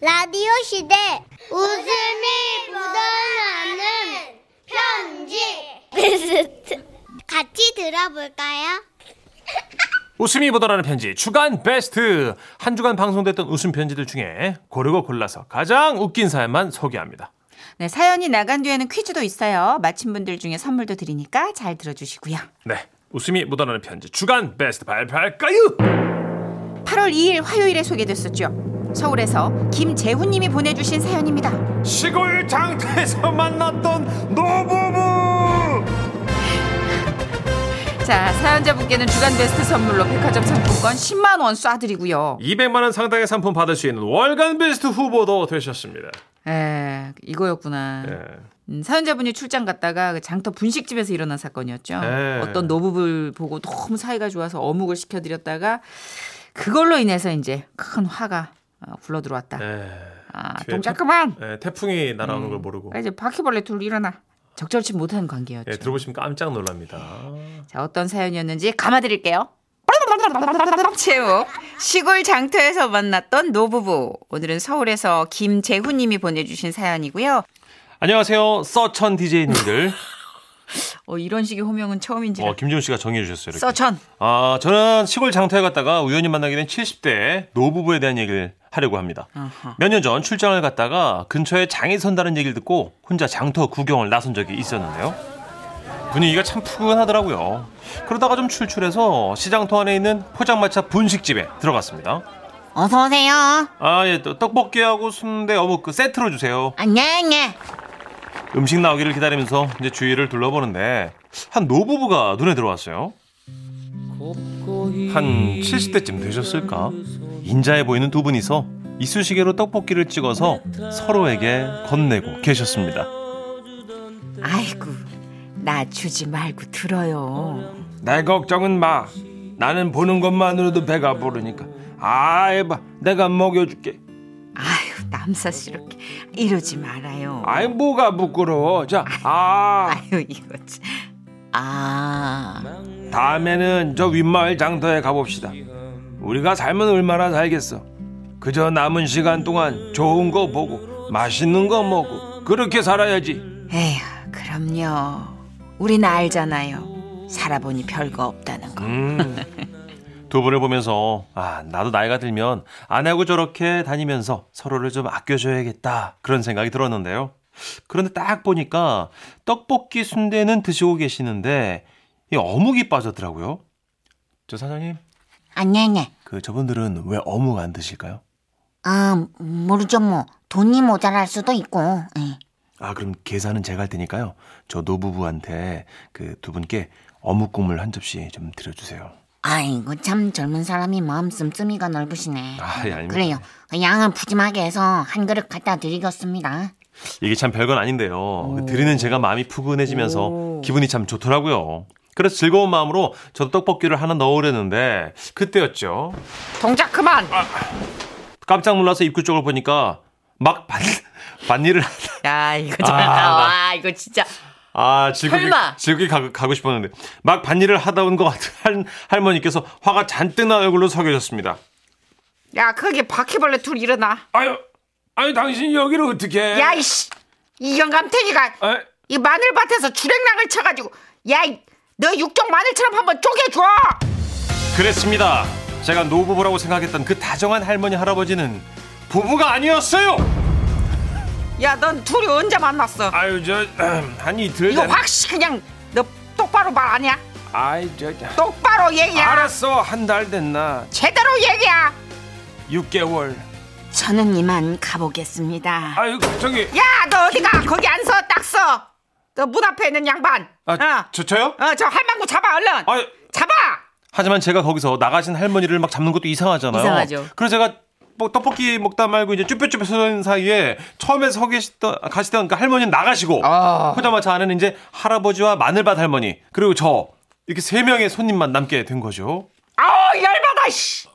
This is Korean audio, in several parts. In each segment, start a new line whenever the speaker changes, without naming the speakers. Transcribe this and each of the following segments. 라디오 시대 웃음이 묻어나는 편지 같이 들어볼까요?
웃음이 묻어나는 편지 주간 베스트 한 주간 방송됐던 웃음 편지들 중에 고르고 골라서 가장 웃긴 사연만 소개합니다.
네, 사연이 나간 뒤에는 퀴즈도 있어요. 맞힌 분들 중에 선물도 드리니까 잘 들어주시고요.
네, 웃음이 묻어나는 편지 주간 베스트 발표할까요?
8월 2일 화요일에 소개됐었죠. 서울에서 김재훈님이 보내주신 사연입니다.
시골 장터에서 만났던 노부부.
자, 사연자분께는 주간 베스트 선물로 백화점 상품권 10만 원 쏴드리고요.
200만 원 상당의 상품 받을 수 있는 월간 베스트 후보도 되셨습니다.
에, 예, 이거였구나.
예.
음, 사연자분이 출장 갔다가 그 장터 분식집에서 일어난 사건이었죠.
네.
어떤 노부부를 보고 너무 사이가 좋아서 어묵을 시켜드렸다가 그걸로 인해서 이제 큰 화가 어, 굴러 들어왔다.
예.
아,
뒤에
동작
태-
그만.
예, 태풍이 날아오는 걸 모르고
이제 바퀴벌레 둘 일어나. 적절치 못한 관계였죠.
예, 들어보시면 깜짝 놀랍니다.
자, 어떤 사연이었는지 감아드릴게요. 제목 시골 장터에서 만났던 노부부 오늘은 서울에서 김재훈님이 보내주신 사연이고요.
안녕하세요, 서천 DJ님들.
어, 이런 식의 호명은 처음인지.
어, 김지훈 씨가 정해 주셨어요. 이렇게.
써천.
아, 저는 시골 장터에 갔다가 우연히 만나게 된 70대 노부부에 대한 얘기를 하려고 합니다. 몇 년 전 출장을 갔다가 근처에 장이 선다는 얘기를 듣고 혼자 장터 구경을 나선 적이 있었는데요. 분위기가 참 푸근하더라고요. 그러다가 좀 출출해서 시장터 안에 있는 포장마차 분식집에 들어갔습니다.
어서 오세요.
아, 예, 또 떡볶이하고 순대, 어묵 그 세트로 주세요.
안녕.
음식 나오기를 기다리면서 이제 주위를 둘러보는데 한 노부부가 눈에 들어왔어요. 한 70대쯤 되셨을까? 인자해 보이는 두 분이서 이쑤시개로 떡볶이를 찍어서 서로에게 건네고 계셨습니다.
아이고 나 주지 말고 들어요.
내 걱정은 마. 나는 보는 것만으로도 배가 부르니까. 아, 해봐. 내가 먹여줄게.
아유 남사시 이렇게 이러지 말아요.
아이, 뭐가 부끄러워. 자, 아,
아유 이거 참. 아
다음에는 저 윗마을 장터에 가봅시다. 우리가 살면 얼마나 살겠어. 그저 남은 시간 동안 좋은 거 보고, 맛있는 거 먹고, 그렇게 살아야지.
에휴 그럼요. 우리는 알잖아요. 살아보니 별거 없다는
음.
거.
음.
두 분을 보면서 아 나도 나이가 들면 안 하고 저렇게 다니면서 서로를 좀 아껴줘야겠다 그런 생각이 들었는데요. 그런데 딱 보니까 떡볶이 순대는 드시고 계시는데 이 어묵이 빠졌더라고요. 저 사장님
아니아니
그 저분들은 왜 어묵 안 드실까요?
아 모르죠 뭐 돈이 모자랄 수도 있고 예.
아 그럼 계산은 제가 할 테니까요. 저 노부부한테 그 두 분께 어묵 국물 한 접시 좀 드려주세요.
아이고 참 젊은 사람이 마음 씀씀이가 넓으시네
아, 예, 아닙니다.
그래요 양을 푸짐하게 해서 한 그릇 갖다 드리겠습니다
이게 참 별건 아닌데요. 그 드리는 제가 마음이 푸근해지면서 기분이 참 좋더라고요. 그래서 즐거운 마음으로 저도 떡볶이를 하나 넣으려는데 그때였죠.
동작 그만.
깜짝 놀라서 입구 쪽을 보니까 막 반, 반일을 하다-
야 이거 참.
아,
아, 이거 진짜.
아 즐겁게
설마.
즐겁게 가고, 가고 싶었는데 막 반일을 하다 온 것 같은 할, 할머니께서 화가 잔뜩 난 얼굴로 서 계셨습니다.
야 거기 바퀴벌레 둘 일어나.
아유, 아유, 당신 여기를 어떻게 해?
야이씨 이 영감탱이가
아이,
이 마늘밭에서 주랭랑을 쳐가지고 야너 육종 마늘처럼 한번 쪼개줘
그랬습니다. 제가 노부부라고 생각했던 그 다정한 할머니 할아버지는 부부가 아니었어요.
야 넌 둘이 언제 만났어
아유, 저, 한 이틀
이거
네.
전.
확실히 그냥 너 똑바로 말 아니야
아이, 저, 저.
똑바로 얘기야
알았어. 한 달 됐나?
제대로 얘기야
6개월.
저는 이만 가보겠습니다
아유, 저기.
야 너 어디가 거기 안 서 딱 서 너 문 앞에 있는 양반
아, 저, 저요?
어, 저 할망구 잡아 얼른
아유.
잡아
하지만 제가 거기서 나가신 할머니를 막 잡는 것도 이상하잖아요.
이상하죠.
그래서 제가 뭐 떡볶이 먹다 말고 이제 쭈뼛쭈뼛 서는 사이에 처음에 서 계시던 가시던 그 할머니는 나가시고 포장마차 안에는 이제 할아버지와 마늘밭 할머니 그리고 저 이렇게 세 명의 손님만 남게 된 거죠.
아우 열받아 씨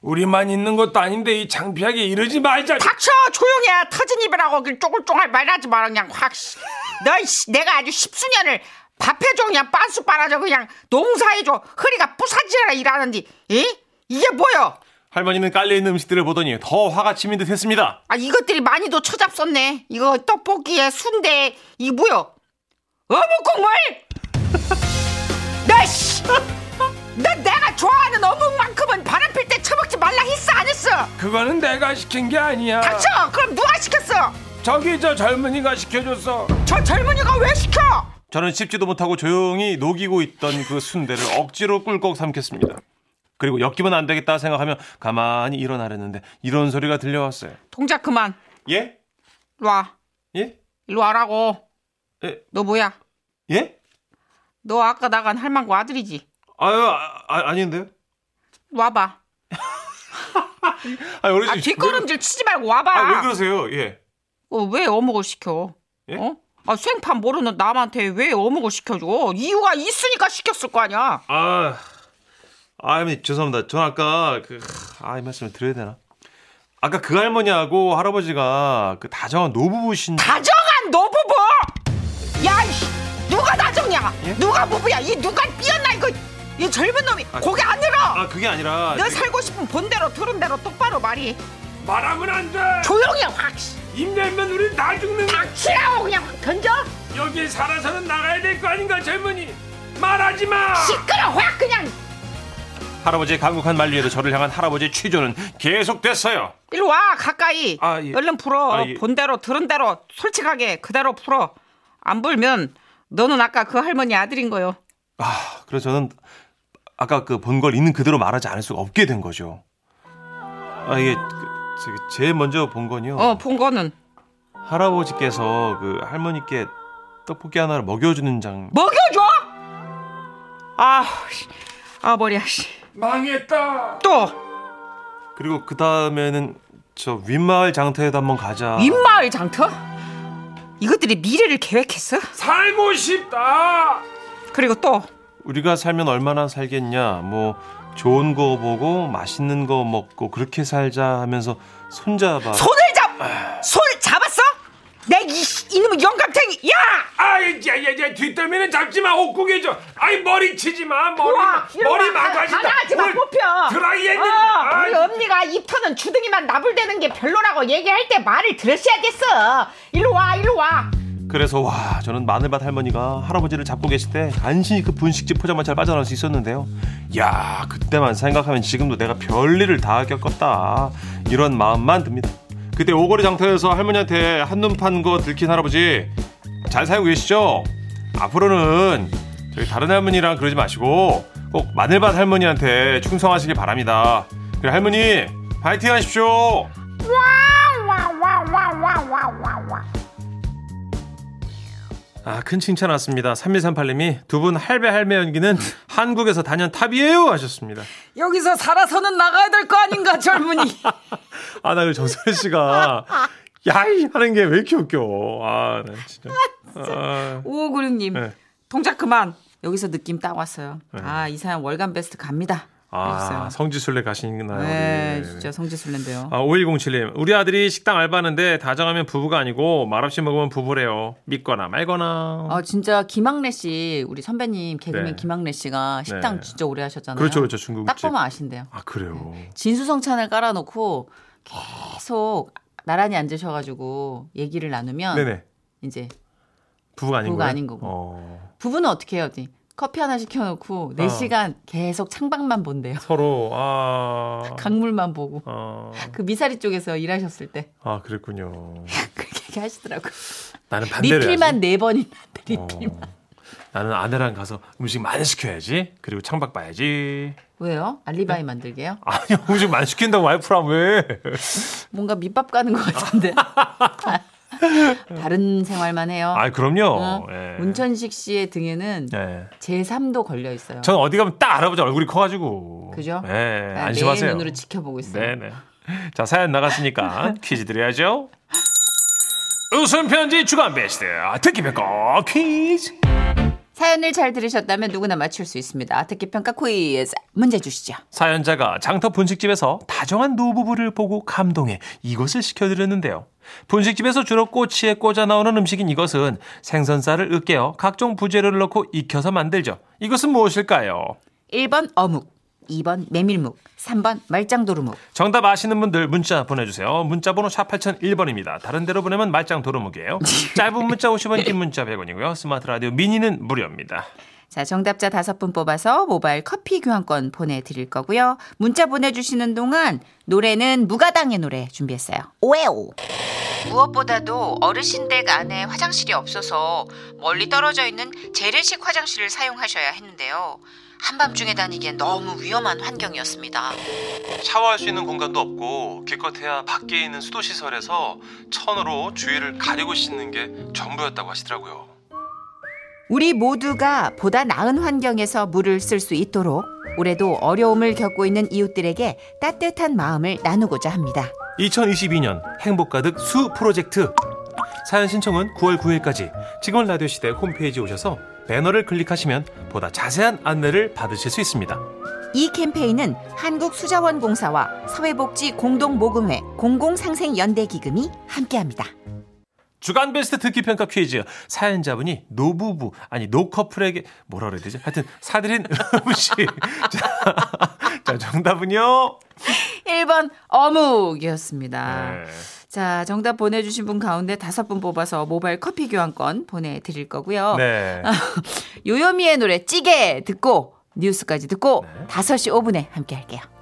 우리만 있는 것도 아닌데 이 창피하게 이러지 말자.
닥쳐 조용히 해 터진 입이라고 그 쪼글쪼글 말하지 마라 그냥 확너 내가 아주 십수년을 밥해줘 그냥 빤수 빨아줘 그냥 농사해줘 허리가 부사지라 일하는데 이? 이게 뭐여
할머니는 깔려 있는 음식들을 보더니 더 화가 치민 듯했습니다.
아 이것들이 많이도 처잡섰네. 이거 떡볶이에 순대 이 뭐야? 어묵국물. 나씨. 나 내가 좋아하는 어묵만큼은 바람필 때 처먹지 말라 했어 안 했어?
그거는 내가 시킨 게 아니야.
어.
닥쳐. 그럼 누가 시켰어?
저기 저 젊은이가 시켜줬어.
저 젊은이가 왜 시켜?
저는 씹지도 못하고 조용히 녹이고 있던 그 순대를 억지로 꿀꺽 삼켰습니다. 그리고 엮이면 안 되겠다 생각하며 가만히 일어나려는데 이런 소리가 들려왔어요.
동작 그만.
예?
일로 와.
예?
일로 와라고.
예?
너 뭐야?
예?
너 아까 나간 할망구 아들이지?
아유, 아, 아, 아닌데요?
와봐.
아니, 어르신.
아 뒷걸음질 치지 말고 와봐.
왜, 아, 왜 그러세요? 예.
어, 왜 어묵을 시켜?
예?
어? 아, 생판 모르는 남한테 왜 어묵을 시켜줘? 이유가 있으니까 시켰을 거 아니야.
아, 아, 할머니, 죄송합니다. 전 아까, 그, 아, 이 말씀을 드려야 되나? 아까 그 할머니하고 할아버지가 그 다정한 노부부신.
다정한 노부부! 야, 이씨, 누가 다정냐?
예?
누가 부부야? 이 누가 삐었나 이거? 이 젊은 놈이 고개 안 들어.
아, 그게 아니라.
너
저기-
살고 싶은 본대로 들은 대로 똑바로 말이.
말하면 안 돼.
조용히 해, 확. 씨.
입내면 우린 다 죽는 거야.
치라고 그냥 확 던져.
여기 살아서는 나가야 될 거 아닌가 젊은이. 말하지 마.
아.
시끄러 확 그냥.
할아버지의 강국한 만류에도 저를 향한 할아버지의 취조는 계속됐어요.
일로 와 가까이.
아, 예.
얼른 풀어.
아, 예.
본대로 들은 대로 솔직하게 그대로 풀어. 안 불면 너는 아까 그 할머니 아들인 거요.
아, 그래서 저는 아까 그 본 걸 있는 그대로 말하지 않을 수가 없게 된 거죠. 아, 이게 그, 저기 제일 먼저 본 건요.
어, 본 거는
할아버지께서 그 할머니께 떡볶이 하나를 먹여주는 장.
먹여줘. 아, 씨. 아 머리야. 씨.
망했다.
또
그리고 그 다음에는 저 윗마을 장터에도 한번 가자.
윗마을 장터? 이것들이 미래를 계획했어?
살고 싶다.
그리고 또
우리가 살면 얼마나 살겠냐. 뭐 좋은 거 보고 맛있는 거 먹고 그렇게 살자 하면서 손잡아.
손을 잡, 손을 잡았어? 내 이, 이놈의 영감탱이, 야!
아이, 야, 야, 야, 뒷덜미는 잡지 마, 옷고개 줘. 아이, 머리 치지 마, 머리.
우와, 이놈아,
머리
가-
망가진다.
가라앉지 마,
오늘
뽑혀.
드라이
어,
했는데.
우리
아이,
언니가 입 터는 주둥이만 나불대는 게 별로라고 얘기할 때 말을 들으셔야겠어. 일로 와, 일로 와.
음. 그래서 와 저는 마늘밭 할머니가 할아버지를 잡고 계실 때 간신히 그 분식집 포장만 잘 빠져나올 수 있었는데요. 야 그때만 생각하면 지금도 내가 별일을 다 겪었다 이런 마음만 듭니다. 그때 오거리 장터에서 할머니한테 한눈 판 거 들킨 할아버지 잘 살고 계시죠? 앞으로는 저희 다른 할머니랑 그러지 마시고 꼭 마늘밭 할머니한테 충성하시길 바랍니다. 그래 할머니 파이팅 하십시오. 아, 큰 칭찬 왔습니다. 3138님이 두 분 할배 할매 연기는 한국에서 단연 탑이에요 하셨습니다.
여기서 살아서는 나가야 될 거 아닌가, 젊은이.
아, 나그 정선혜 씨가 야이 하는 게 왜 이렇게 웃겨. 아, 나 진짜. 아,
오구룡님
네.
동작 그만. 여기서 느낌 딱 왔어요.
네.
아 이 사람 월간 베스트 갑니다.
아,
그랬어요.
성지순례 가시나요?
네,
우리?
진짜 성지순례인데요.
아, 5107님. 우리 아들이 식당 알바하는데 다정하면 부부가 아니고 말없이 먹으면 부부래요. 믿거나 말거나.
아 진짜 김학래 씨 우리 선배님 개그맨
네.
김학래 씨가 식당
네.
진짜 오래 하셨잖아요.
그렇죠, 그렇죠. 중국집.
딱 보면 네. 아신대요.
아, 그래요.
진수성찬을 깔아놓고 계속 나란히 앉으셔가지고 얘기를 나누면
네네.
이제
부부가 아닌
부부가
거예요?
아닌 거고.
어,
부부는 어떻게 해요? 어디? 커피 하나 시켜놓고 4
어.
시간 계속 창밖만 본대요.
서로 아.
강물만 보고
어,
그 미사리 쪽에서 일하셨을 때
아, 그랬군요.
그렇게 얘기하시더라고. 요
나는 반대로 해야지.
리필만 네 번이나 리필.
어, 나는 아내랑 가서 음식 많이 시켜야지. 그리고 창밖 봐야지.
왜요?
네?
알리바이 만들게요?
아니 음식 많이 시킨다고 와이프랑 왜?
뭔가 밑밥 가는 것 같은데. 다른 생활만 해요.
아 그럼요.
어?
예.
문천식 씨의 등에는
예.
제3도 걸려 있어요.
전 어디 가면 딱 할아버지 얼굴이 커가지고.
그죠?
예.
아,
안심하세요.
매일 눈으로 지켜보고 있어요.
네네. 자 사연 나갔으니까 퀴즈 드려야죠.
웃음 편지 주간 베스트.
아,
특기 백과 퀴즈.
사연을 잘 들으셨다면 누구나 맞출 수 있습니다. 특기 평가 퀴즈 문제 주시죠.
사연자가 장터 분식집에서 다정한 노부부를 보고 감동해 이것을 시켜드렸는데요. 분식집에서 주로 꼬치에 꽂아 나오는 음식인 이것은 생선살을 으깨어 각종 부재료를 넣고 익혀서 만들죠. 이것은 무엇일까요?
1번 어묵, 2번 메밀묵, 3번 말짱도루묵.
정답 아시는 분들 문자 보내주세요. 문자번호 샵 8001번입니다. 다른 데로 보내면 말짱 도루묵이에요. 짧은 문자 50원, 긴 문자 100원이고요. 스마트 라디오 미니는 무료입니다.
자, 정답자 다섯 분 뽑아서 모바일 커피 교환권 보내드릴 거고요. 문자 보내주시는 동안 노래는 무가당의 노래 준비했어요.
오에오.
무엇보다도 어르신 댁 안에 화장실이 없어서 멀리 떨어져 있는 재래식 화장실을 사용하셔야 했는데요. 한밤중에 다니기엔 너무 위험한 환경이었습니다.
샤워할 수 있는 공간도 없고 기껏해야 밖에 있는 수도 시설에서 천으로 주위를 가리고 씻는 게 전부였다고 하시더라고요.
우리 모두가 보다 나은 환경에서 물을 쓸 수 있도록 올해도 어려움을 겪고 있는 이웃들에게 따뜻한 마음을 나누고자 합니다.
2022년 행복 가득 수 프로젝트 사연 신청은 9월 9일까지 지금 라디오 시대 홈페이지 오셔서 배너를 클릭하시면 보다 자세한 안내를 받으실 수 있습니다.
이 캠페인은 한국수자원공사와 사회복지 공동모금회 공공상생연대기금이 함께합니다.
주간 베스트 듣기 평가 퀴즈 사연자분이 노부부 아니 노커플에게 뭐라 그래야 되지? 하여튼 사드린 음식 자, 자 정답은요.
1번 어묵이었습니다.
네.
자, 정답 보내주신 분 가운데 다섯 분 뽑아서 모바일 커피 교환권 보내드릴 거고요.
네. 네.
요요미의 노래 찌개 듣고 뉴스까지 듣고 5시 5분에 함께 할게요.